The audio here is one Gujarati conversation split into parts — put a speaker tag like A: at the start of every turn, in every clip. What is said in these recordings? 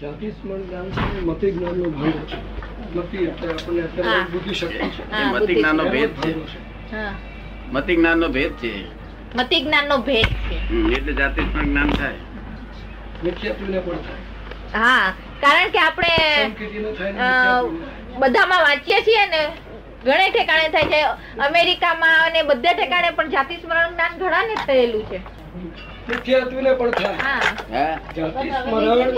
A: જાતિસ્મરણ જ્ઞાન છે એ મતિ જ્ઞાનનો ભાગ છે મતિ એટલે આપણને અત્યારે
B: હા.
A: બુદ્ધિ શક્તિ છે
B: હા,
C: મતિ
B: બુદ્ધિ
C: જ્ઞાનનો
B: છે.
C: ભેદ છે
A: ભાગો છે.
B: હા
C: મતિ જ્ઞાનનો ભેદ છે
B: મતિ જ્ઞાનનો ભેદ છે
C: હમ, એટલે જાતે જ પણ જ્ઞાન થાય
A: નિત્યત્વને પણ થાય.
B: હા કારણ કે આપણે
A: સંકેતીને થાય ને
B: અ,
A: નિત્યત્વને થાય.
B: બધામાં વાંચીએ છીએ ને ઘણે ઠેકાણે થાય છે અમેરિકામાં અને બધે ઠેકાણે પણ જાતિ સ્મરણ જ્ઞાન ઘણાને થયેલું છે
A: નિત્યત્વને પણ થાય
B: હા
C: હા
A: જાતિ સ્મરણ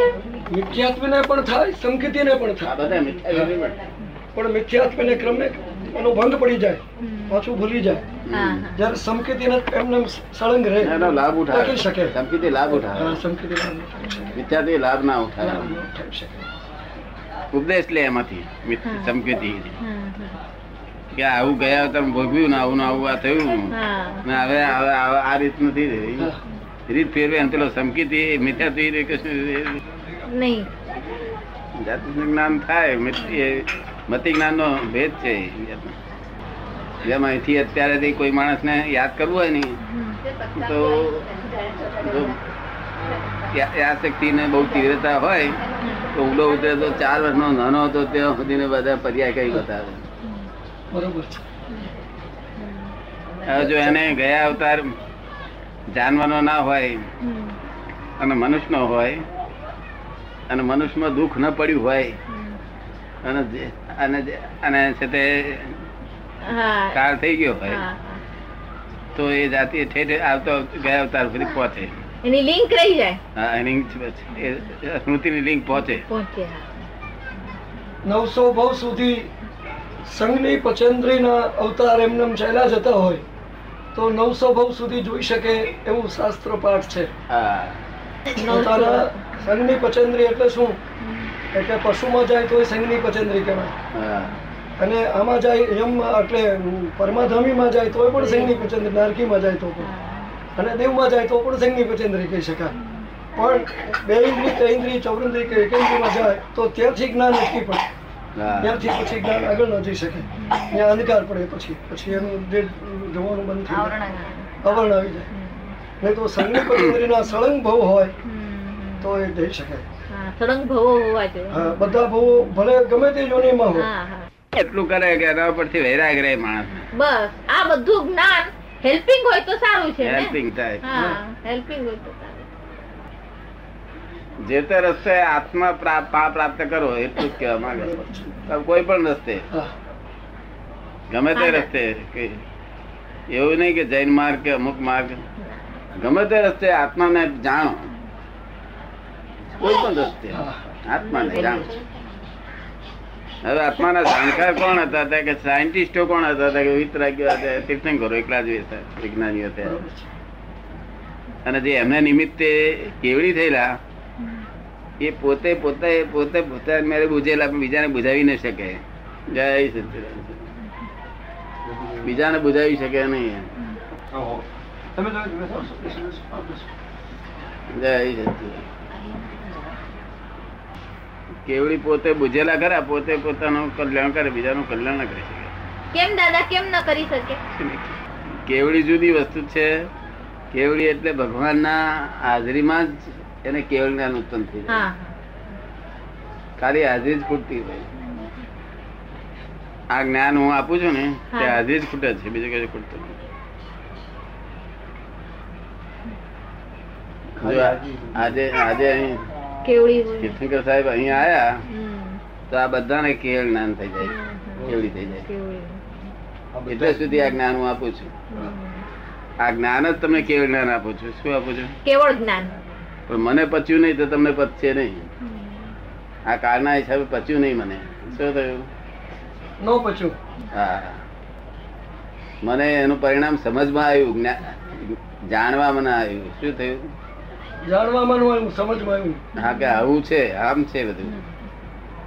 A: નિત્યત્વને પણ થાય સંકેતીને પણ
C: આ
A: થાય
C: બધા મિથ્યા છે
A: પણ મિથ્યાત્વને
C: નહીં પણ.
A: ક્રમે એનો ભંગ પડી જાય પાછું ભૂલી જાય
B: હા,
C: હમ.
B: હા.
A: જ્યારે સંકેતીને એમને સળંગ રહે
C: એનો લાભ ઉઠાવે
A: ટકી શકે
C: સંપીથી લાભ
A: હા,
C: ઉઠાવે
A: સંકેતીનો લાભ ઉઠાવી શકે.
C: મિથ્યાથી લાભ ના ઉઠાવે
A: લાભ ઉઠાવી શકે. ઉપદેશ
C: ઉપદેશ લે એમાંથી મિથ-
B: હા.
C: સંકેતી
B: હા,
C: કે આવું ગયા તમે ભોગવ્યું ને આવું ને આવું આ થયું
B: હા.
C: ને હવે હવે આ આ રીત નથી રહી.
A: હા.
C: રીત ફેરવે ને પેલો સંકેતી મિથ્યાથી રે કશું રે.
B: નહીં
C: જાતિનું જ્ઞાન થાય મિત- એ મતિ જ્ઞાનનો ભેદ છે જેમ અહીંથી અત્યારેથી કોઈ માણસને યાદ કરવું હોય ને તો જો યા- યાદશક્તિને બહુ તીવ્રતા હોય તો ઊંડો ઉતરે તો ચાર વર્ષનો નાનો હતો ત્યાં સુધીને બધા પર્યાય કરી બતાવે
A: બરોબર છે
C: હવે જો એને ગયા અવતાર જાનવરનો ના હોય
B: હમ,
C: અને મનુષ્યનો હોય અને મનુષ્યમાં દુઃખ ન પડ્યું હોય
B: હમ.
C: અને જે- અને જે- અને છે તે
B: હા હા,
C: કાળ થઈ ગયો હોય
B: હા.
C: તો એ જાતિ ઠેઠ આવતો ગયા અવતાર સુધી પહોંચે
B: એની લિંક રહી જાય
C: હા, એની એ સ્મૃતિની લિંક પહોંચે
B: પહોંચે હા.
A: નવસો ભવ સુધી સંઘની પચેન્દ્રીના અવતાર એમનેમ ચાલ્યા જતા હોય તો નવસો ભવ સુધી જોઈ શકે એવું શાસ્ત્ર પાઠ છે
C: હા
A: પોતાના સંઘની પચેન્દ્રી એટલે શું એટલે પશુમાં જાય તો એ સંઘની પચેન્દ્રી કહેવાય
C: હા
A: અને આમાં જાય યમમાં એટલે પરમાધામીમાં જાય તો પણ સંઘની પચેન્દ્રી નારકીમાં જાય તો પણ
B: હા.
A: અને દેવમાં જાય તો પણ સંઘની પચેન્દ્રી કહી શકાય પણ બે ઇન્દ્રી ત્રૈન્દ્રી ચૌરન્દ્રી કે એકેન્દ્રીમાં જાય તો ત્યાંથી જ્ઞાન અટકી પડે
C: હા
A: ત્યારથી પછી જ્ઞાન આગળ ન જઈ શકે ત્યાં અંધકાર પડે પછી પછી એનું જે જોવાનું બંધ થઈ જાય
B: આવરણ જ્ઞાન.
A: આવરણ આવી જાય
B: હમ,
A: નહીં તો સંગની પતંજલિના સળંગ ભવ હોય
B: હમ.
A: તો એ જઈ શકે
B: હા સળંગ ભવો હોવા
A: હા,
B: જોઈએ
A: બધા ભવો ભલે ગમે તે યોનિમાં હોય
B: હા હા
C: એટલું કરે કે એના પરથી વૈરાગ રહે માણસ
B: બસ આ બધું જ્ઞાન હેલ્પિંગ હોય તો સારું છે ને
C: હેલ્પિંગ થાય
B: હા હેલ્પિંગ હોય તો સારું
C: જે તે રસ્તે આત્મા પ્રા- પા પ્રાપ્ત કરો એટલું જ કહેવા માંગે તમે કોઈ પણ રસ્તે
A: હા,
C: ગમે તે
B: હા.
C: રસ્તે કે એવું નહીં કે જૈન માર્ગ કે અમુક માર્ગ ગમે તે રસ્તે આત્માને જાણો કોઈ પણ રસ્તે
A: હા.
C: આત્માને જાણો હવે આત્માના જાણકાર કોણ હતા હતા કે સાયન્ટિસ્ટો કોણ હતા હતા કે વિતરાગીઓ હતા તીર્થંકરો એકલા જ હતા વિજ્ઞાનીઓ હતા
A: બરોબર છે.
C: અને જે એમને નિમિત્તે કેવડી થયેલા એ પોતે પોતે પોતે પોતે મેરે બુઝેલા પણ બીજાને બુઝાવી ન શકે જય સચિદાનંદ બીજાને બુઝાવી શકે નહીં જય સચિદાનંદ કેવડી પોતે બુઝેલા ખરા પોતે પોતાનું કલ્યાણ કરે બીજાનું કલ્યાણ ન કરી શકે
B: કેમ દાદા કેમ ન કરી શકે
C: કેવડી જુદી વસ્તુ છે કેવડી એટલે ભગવાનના હાજરીમાં જ એને કેવળ જ્ઞાન ઉત્પન્ન થઈ જાય
B: હા
C: ખાલી હાજરી જ ખૂટતી હોય આ જ્ઞાન હું આપું છું ને તે
B: હા.
C: હાજરી જ ખૂટે છે બીજું કશું ખૂટતું નથી જો આ- આજે આજે અહીં
B: કેવડી હોય
C: તીર્થંકર સાહેબ અહીં આયા
B: હમ.
C: તો આ બધાને કેવળ જ્ઞાન થઈ જાય કેવડી થઈ જાય
B: કેવડી
C: એટલે સુધી આ જ્ઞાન હું આપું છું
B: હમ.
C: આ જ્ઞાન જ તમને કેવળ જ્ઞાન આપું છું શું આપું છું
B: કેવળ જ્ઞાન
C: પણ મને પચ્યું નહીં તો તમને પચશે નહીં
B: હમ.
C: આ કાળના હિસાબે પચ્યું નહીં મને શું થયું
A: નો પચું
C: હા મને એનું પરિણામ સમજમાં આવ્યું જ્ઞા- જાણવા મને આવ્યું શું થયું
A: જાણવામાં નું આવ્યું સમજમાં આવ્યું
C: હા કે આવું છે આમ છે બધું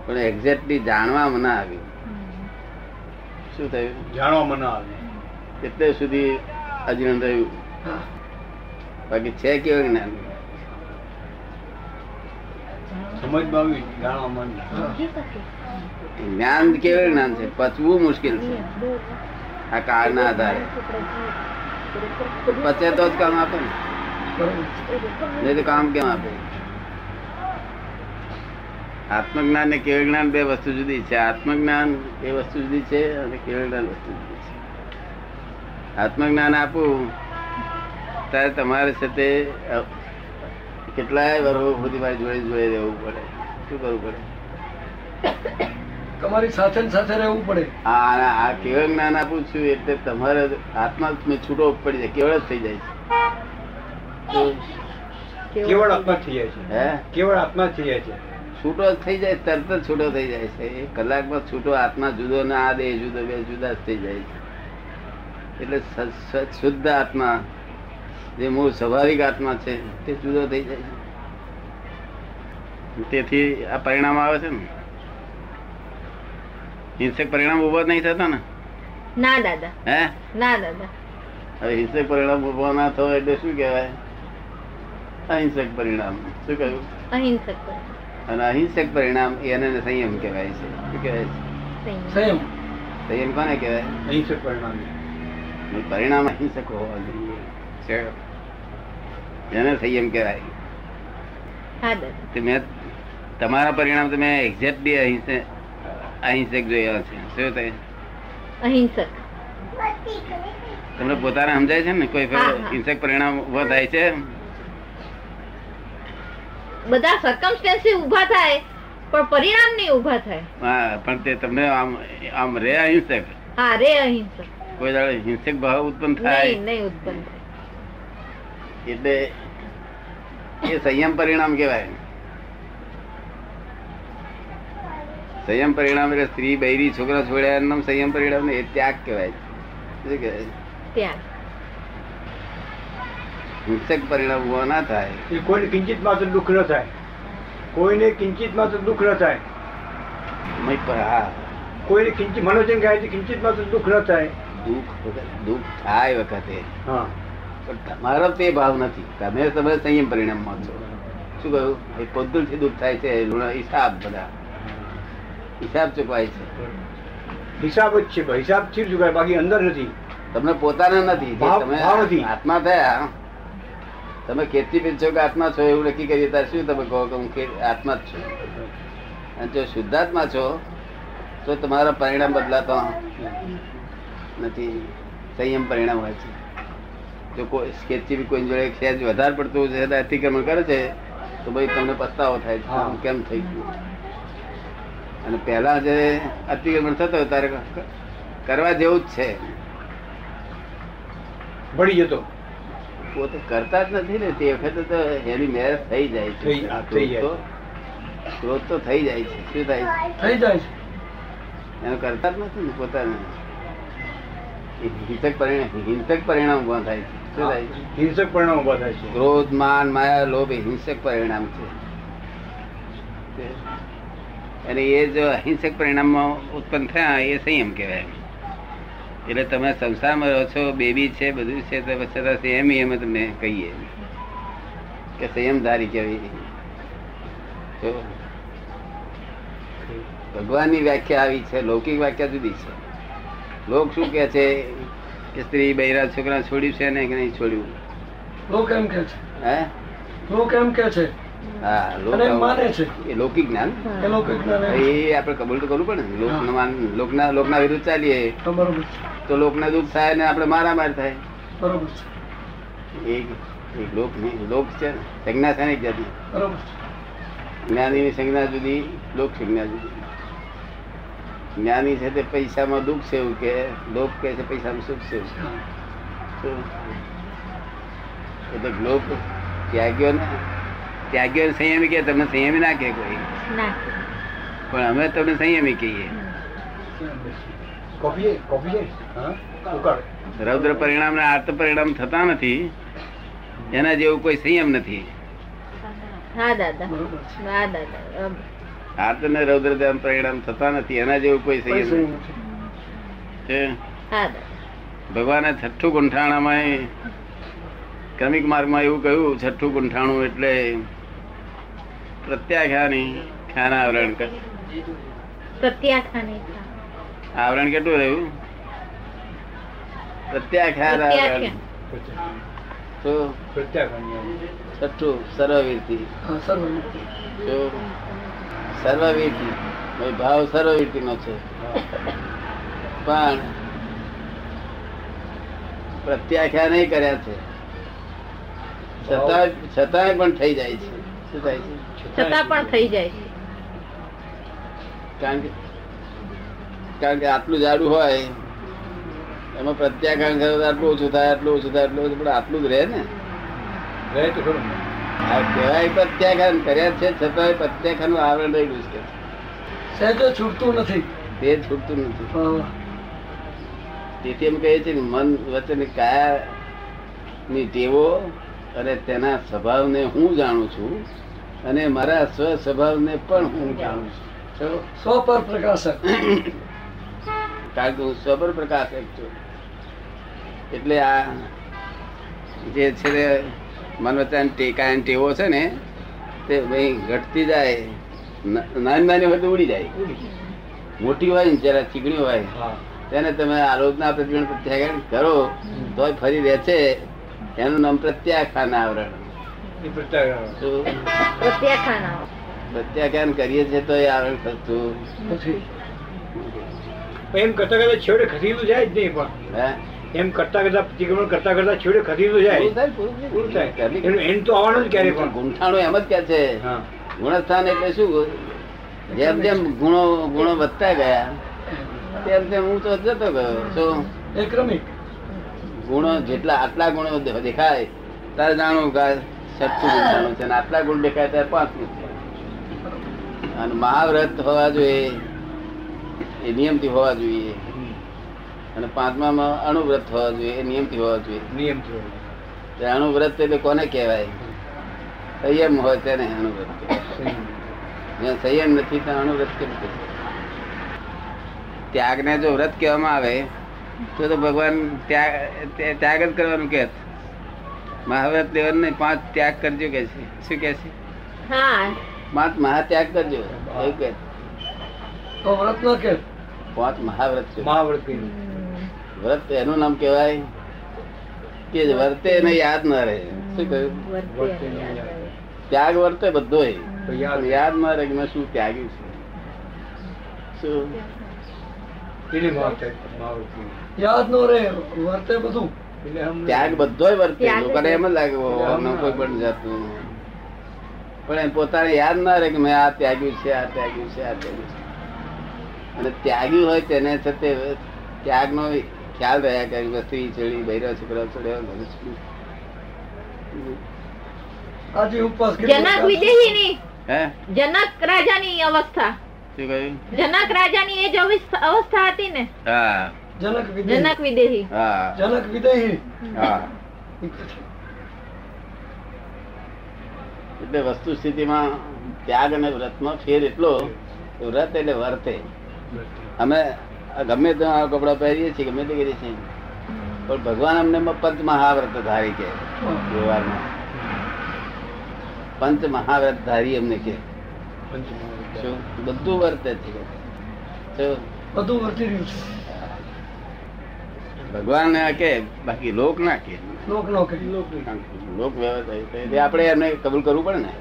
C: પણ એક્ઝેક્ટલી જાણવા મને આવ્યું શું થયું
D: જાણવા મને આવે
C: એટલે સુધી અજીર્ણ રહ્યું
A: હા.
C: બાકી છે કેવું જ્ઞાન
D: સમજમાં આવી જાણવા મન ના
A: હા.
C: જ્ઞાન કેવું જ્ઞાન છે પચવું મુશ્કેલ છે આ કાળના આધારે પચે તો જ કામ આપે ને
A: બરોબર છે.
C: નહીં તો કામ કેમ આપે આત્મજ્ઞાન ને કેવળ જ્ઞાન બે વસ્તુ જુદી છે આત્મજ્ઞાન એ વસ્તુ જુદી છે અને કેવળ જ્ઞાન વસ્તુ જુદી છે આત્મજ્ઞાન આપું ત્યારે તમારે સાથે અ, કેટલાય વર્ષો સુધી મારી જોડે જોડે રહેવું પડે શું કરવું પડે
A: તમારી સાથે ને સાથે રહેવું પડે
C: આ આ- આ કેવળ જ્ઞાન આપું છું એટલે તમારે આત્મા જ છૂટો પડી જાય કેવળ જ થઈ જાય છે તો,
D: કેવળ આત્મા જ થઈ જાય
C: હે
D: છે કેવળ આત્મા જ થઈ જાય છે
C: છૂટો જ થઈ જાય તરત જ છૂટો થઈ જાય છે એક કલાકમાં છૂટો આત્મા જુદો ને આ દેહ જુદો બે જુદા જ થઈ જાય છે એટલે સ- સ- શુદ્ધ આત્મા જે મૂળ સ્વાભાવિક આત્મા છે તે જુદો થઈ જાય છે તેથી આ પરિણામ આવે છે ને હિંસક પરિણામ ઉભા નહીં થતા ને
B: ના દાદા
C: હે
B: ના દાદા
C: હવે હિંસક પરિણામ ઉભો ના થયો એટલે શું કહેવાય અહિંસક પરિણામ શું કહ્યું
B: અહિંસક પર
C: અને અહિંસક પરિણામ એને સંયમ કહેવાય છે શું કહેવાય છે
B: સંયમ.
A: સેમ
C: સંયમ કોને કહેવાય
D: અહિંસક પરિણામ
C: ને પરિણામ અહિંસક હોવા જોઈએ છે. એને સંયમ કહેવાય
B: હા દાદા
C: તો મેં તમારા પરિણામ તો મેં એક્ઝેક્ટલી અહિંસક અહિંસક જોયા છે શું થાય
B: અહિંસક
C: તમને પોતાને સમજાય છે ને કોઈ ફેર
B: હા, હા.
C: હિંસક પરિણામ ઉભો થાય છે
B: બધા સર્કમસ્ટન્સીસ ઊભા થાય પણ પરિણામ નહીં ઊભા થાય
C: હા પણ તે તમને આમ આમ રે અહિંસક
B: હા રે અહિંસક
C: કોઈ દાડો હિંસક ભાવ ઉત્પન્ન
B: નહીં
C: થાય
B: નહીં ઉત્પન્ન થાય
C: એટલે એ સંયમ પરિણામ કહેવાય સંયમ પરિણામ એટલે સ્ત્રી બૈરી છોકરા છોડ્યા એનું નામ સંયમ પરિણામ ને એ ત્યાગ કહેવાય શું કહેવાય
B: ત્યાં
C: હિંસક પરિણામ ઉભો ના થાય
D: એ કોઈને કિંચિત માત્ર દુઃખ ન થાય કોઈને કિંચિત માત્ર દુઃખ ન થાય
C: મય પર હા
D: કોઈને કિંચિત મનોજન ગાય કિંચિત માત્ર દુઃખ ન થાય
C: દુઃખ વખત- દુઃખ થાય વખતે
D: હા
C: પણ તમારો તે ભાવ નથી તમે તમે સંયમ પરિણામમાં છો શું કહ્યું એ કોદુલથી દુઃખ થાય છે એનો હિસાબ બધા હિસાબ ચૂકવાય છે
D: હિસાબ જ છે હિસાબ થી ચુકાય બાકી અંદર નથી
C: તમને પોતાના નથી જે
D: ભાવ-
C: તમે
D: ભાવ નથી.
C: આત્મા થયા તમે ખેતી પીર છો કે આત્મા છો એવું નક્કી કરીએ ત્યારે શું તમે કહો કે હું ખે- આત્મા જ છું અને જો શુદ્ધાત્મા છો તો તમારા પરિણામ બદલાતો નથી સંયમ પરિણામ હોય છે જો કોઈ ખેતી બી કોઈ જોડે ખેંચ વધારે પડતું છે તો અતિક્રમણ કરે છે તો ભાઈ તમને પસ્તાવો થાય છે
D: હા.
C: આમ કેમ થઈ ગયું અને પહેલા જે અતિક્રમણ થતો ત્યારે ક- કરવા જેવું જ છે
D: ભળી જતો
C: પોતે કરતા જ નથી ને તે વખતે તો એની મેરેજ થઈ જાય છે
D: થઈ- હા, થઈ જાય.
C: ક્રોધ તો- ક્રોધ તો થઈ જાય છે શું થાય છે
A: થઈ જાય છે
C: એનું કરતા જ નથી ને પોતાને એ હિંસક પરિણામ હિંસક પરિણામ ઊભા થાય છે શું થાય છે
D: હિંસક પરિણામ ઉભા થાય છે
C: ક્રોધ માન માયા લોભ એ હિંસક પરિણામ છે તે- અને એ જો અહિંસક પરિણામમાં ઉત્પન્ન થયા એ સંયમ કહેવાય એટલે તમે સંસારમાં રહો છો બેબી છે બધું છે તો પછી છતાં સંયમ એ અમે તમને કહીએ કે સંયમધારી કહેવી જો ભગવાનની વ્યાખ્યા આવી છે લૌકિક વ્યાખ્યા જુદી છે લોક શું કહે છે કે સ્ત્રી બૈરા છોકરા છોડ્યું છે ને કે નહીં છોડ્યું
A: લોકો એમ કે છે
C: હે
A: લોકો એમ કે છે
C: હા લોક
A: અને
C: આવું-
A: માને છે.
C: એ લૌકિક જ્ઞાન
A: એ લોકો જ્ઞાન
C: એ આપણે કબૂલ તો કરવું પડે ને લોકનું
A: હા.
C: માન- લોકના લોકના વિરુદ્ધ ચાલીએ
A: બરોબર છે
C: તો લોકને દુઃખ થાય ને આપણે મારામાર થાય
A: બરોબર છે
C: એ એ લોક નહીં, લોક છે ને. સંજ્ઞા છે ને એક જાતની.
A: બરોબર છે
C: જ્ઞાનીની સંજ્ઞા જુદી લોક સંજ્ઞા જુદી જ્ઞાની છે તે પૈસામાં દુઃખ છે એવું કે લોક કહે છે પૈસામાં સુખ છે એવું.
A: હા.
C: શું? એટલે લોક ત્યાગ્યો ને ત્યાગ્યો ને સંયમી કે તમને સંયમી ના કે કોઈ
B: ના
C: પણ અમે તમને સંયમી કહીએ
D: કોફી કોફી છે હા ઉકાળો.
C: રૌદ્ર પરિણામ ને આર્ત પરિણામ થતા નથી એના જેવું કોઈ સંયમ નથી
B: હા દાદા
A: બરોબર છે
B: હા દાદા અમ,
C: આર્ત ને રૌદ્ર ધ્યાન પરિણામ થતા નથી એના જેવું કોઈ
A: કોઈ સંયમ
C: સંયમ નથી
A: નથી.
C: છે.
B: હા દાદા
C: ભગવાને છઠ્ઠું ગુંઠાણામાં ક્રમિક માર્ગમાં એવું કહ્યું છઠ્ઠું ગુંઠાણું એટલે પ્રત્યાખ્યાની ખ્યાના આવરણ કર
B: પ્રત્યાખાને
C: આવરણ કેટલું રહ્યું પ્રત્યાખ્યાન આવરણ
B: પ્રત્યાખ્યાન.
C: તો
D: પ્રત્યાઘાતની
C: છઠ્ઠું સર્વવીરથી
A: હા સર્વ
C: જો સર્વવીરથી ભાઈ ભાવ સર્વવીરતીનો છે પણ પ્રત્યાખ્યા નહીં કર્યા છે છતાં છતાંય પણ થઈ જાય છે શું થાય છે
B: છતાં પણ થઈ જાય છે
C: કારણ કે કારણ કે આટલું જાડું હોય એમાં પ્રત્યાખ્યાન કરે તો આટલું ઓછું થાય આટલું ઓછું થાય આટલું ઓછું પણ આટલું જ રહે ને
D: રહે તો ખરું
C: આ કહેવાય પ્રત્યાખ્યાન કર્યા છે છતાંય પ્રત્યાખ્યાનનું આવરણ રહેલું છે
A: સહેજે છૂટતું નથી
C: તે છૂટતું નથી
A: અ,
C: તેથી એમ કહે છે કે મન વચન કાયા ની ટેવો અને તેના સ્વભાવને હું જાણું છું અને મારા સ્વ સ્વભાવને પણ હું જાણું છું તો
A: સ્વ પર પ્રકાશક
C: કારણ કે હું સ્વપર પ્રકાશક છું એટલે આ જે છે તે મન વચન ટેકા અને ટેવો છે ને તે ભાઈ ઘટતી જાય ના- નાની નાની હોય તો ઉડી જાય મોટી હોય ને જરા ચીકણી હોય
D: હા
C: તેને તમે આલોચના પ્રતિબિંબ પ્રત્યાખ્યાન કરો તોય ફરી રહે છે એનું નામ પ્રત્યાખ્યાન આવરણ
D: એ પ્રત્યાઘાત.
C: તો
B: પ્રત્યાખ્યાન આવે.
C: પ્રત્યાખ્યાન કરીએ છીએ તો એ આવરણ થતું
A: નથી
D: પણ એમ કરતા કરતા છેવટે ખસેલું જાય જ નહીં પણ
C: હે?
D: એમ કરતા કરતા પ્રતિક્રમણ કરતા કરતા છેવટે ખસેલું જાય
C: પૂરું થાય, પૂરું
D: પૂરું
C: થાય.
D: થાય
C: કરી-
D: એનું એન્ડ તો આવવાનું જ ક્યારે પણ
C: ગૂંથાણું એમ જ કે છે
D: હા
C: ગુણસ્થાન એટલે શું જેમ જેમ ગુણો ગુણો વધતા ગયા તેમ તેમ હું તો જતો ગયો શું
A: એ ક્રમિક
C: ગુણો જેટલા આટલા ગુણો દે- દેખાય તારે જાણવું કે આ છઠ્ઠું ગુણ જાણવું છે અને આટલા ગુણ દેખાય ત્યારે પાંચમું છે અને મહાવ્રત હોવા જોઈએ એ નિયમથી હોવા જોઈએ
D: હમ.
C: અને પાંચમામાં અણુવ્રત હોવા જોઈએ એ નિયમથી હોવા જોઈએ
D: નિયમ છે
C: તે અણુવ્રત એટલે કોને કહેવાય સંયમ હોય તેને અણુવ્રત કહેવાય. જ્યાં સંયમ નથી ત્યાં અણુવ્રત કેમ કહેવાય ત્યાગને જો વ્રત કહેવામાં આવે તો તો ભગવાન ત્યાગ તે- ત્યાગ જ કરવાનું કહે મહાવ્રત લેવાનું નહીં પાંચ ત્યાગ કરજો કે છે શું કહે છે
B: હા
C: પાંચ મહાત્યાગ કરજો એવું કહે છે.
A: તો વ્રત ન કે
C: પાંચ મહાવ્રત છે
D: મહાવ્રત કહીને.
B: હમ.
C: વ્રત એનું નામ કહેવાય કે જે વર્તે એને યાદ ન રહે શું કહ્યું
B: વર્તે યાદ આવે.
C: ત્યાગ વર્તે બધોય
D: તો
C: યાદ
D: યાદ
C: યાદ ન રહે કે મેં શું ત્યાગ્યું છે શું
D: એટલે મહાવ્રત મહાવ્રત કહીને.
A: યાદ ન રહે વર્તે બધું
D: એટલે હમ
C: ત્યાગ બધોય વર્તે
B: ત્યાગ
C: લોકોને એમ જ લાગે "ઓહો, આમાં કોઈ પણ જાતનું પણ એમ પોતાને યાદ ના રહે કે મેં આ ત્યાગ્યું છે આ ત્યાગ્યું છે આ ત્યાગ્યું છે અને ત્યાગ્યું હોય તેને છતે ત્યાગનો ખ્યાલ રહ્યા કે વસ્તુ ચડી બૈરા છોકરા ચડ્યા ઘણું છોડ્યું.
A: આજે ઉપવાસ કેટલો
B: જનક
A: ચાલે?
B: વિજયીની
C: હે
B: જનક રાજાની અવસ્થા
C: શું કહ્યું
B: જનક રાજાની એ જ અવિસ્થ- અવસ્થા હતી ને
C: હા
A: જનક વિદેહી
B: જનક વિદેહી
C: હા
A: જનક વિદેહી
B: Hmm. Ah.
C: હા એટલે વસ્તુ સ્થિતિમાં ત્યાગ અને વ્રતમાં ફેર એટલો કે વ્રત એટલે વર્તે
D: વ્રત.
C: અમે આ ગમે તે આ કપડાં પહેરીએ છીએ ગમે તે કરીએ છીએ પણ ભગવાન અમને મ- પંચ મહાવ્રત ધારી કે વ્યવહારમાં પંચ મહાવ્રત ધારી અમને કે
D: પંચ મહાવ્રત.
C: શું? બધું વર્તે છે શું?
A: બધું વર્તી રહ્યું છે
C: ભગવાન ના કે બાકી લોક ના કે
A: લોક નો કહે
D: લોકની.
C: કારણ કે લોક વ્યવસ્થા છે. એટલે આપણે એમને કબૂલ કરવું પડે ને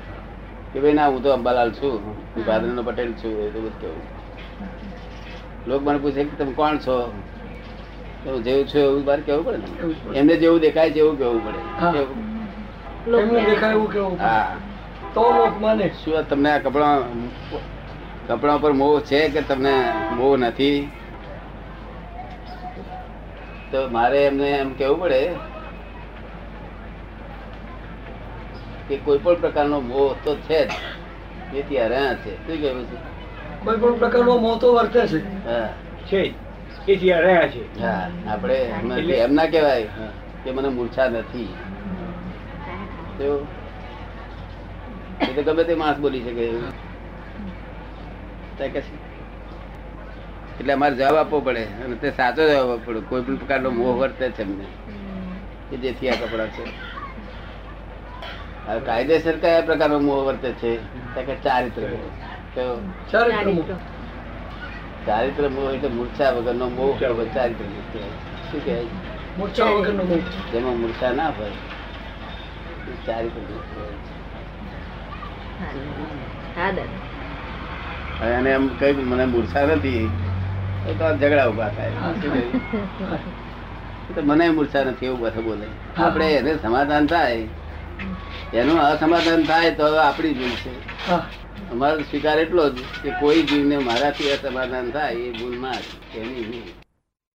C: કે ભાઈ ના હું તો અંબાલાલ છું હું ભાદરનો પટેલ છું એ તો બધું કહેવું. લોક મને પૂછે કે તમે કોણ છો તો હું જેવું છું એવું મારે કહેવું પડે
A: એવું જ
C: ને
A: પડે.
C: એમને જેવું દેખાય છે એવું કહેવું પડે
A: હા.
C: કેવું?
B: લોક
A: એમને
B: યાદ.
A: દેખાય એવું કેવું
C: હા
A: તો લોક માને
C: શું આ તમને આ કપડા કપડા પર મોહ છે કે તમને મોહ નથી તો મારે એમને એમ કેવું પડે કે કોઈ પણ પ્રકારનો મોહ તો છે જ તેથી હરણ છે શું કહેવું છે
A: કોઈ પણ પ્રકારનો મોહ તો વર્તે છે
C: હા
D: છે જ. એ જ યાદ રહ્યા છે
C: હા આપણે એમ નથી. એમ ના કહેવાય કે મને મૂર્છા નથી તો એ તો ગમે તે માણસ બોલી શકે એવું. તાય કશું. એટલે અમારે જવાબ આપવો પડે અને તે સાચો જવાબ આપવો પડે કોઈ પણ પ્રકારનો મોહ વર્તે છે એમને કે જેથી આ કપડાં છે હવે કાયદેસર કયા પ્રકારનો મોહ વર્તે છે તાય કે ચારિત્ર મોહ. તો
A: ચારિત્રમો
C: ચારિત્ર મોહ એટલે મૂર્છા વગરનો મોહ ચારિત્ર મોહ કહેવાય. શું કહેવાય
A: મૂર્છા વગરનો મોહ
C: જેમાં મૂર્છા ના હોય
A: 嗯
C: એ ચારિત્ર મોહ કહેવાય.
B: હા દાદા
C: હવે એને એમ કહ્યું કે મને મૂર્છા નથી તો તો આ ઝઘડા ઉભા થાય શું કહ્યું? તો મને મૂર્છા નથી એવું બધા બોલે
A: હા.
C: આપણે એને સમાધાન થાય એનું અસમાધાન થાય તો હવે આપણી ભૂલ છે
A: હા
C: અમારો સ્વીકાર એટલો જ કે કોઈ જીવને મારાથી અસમાધાન થાય એ ભૂલ મારી એની નહીં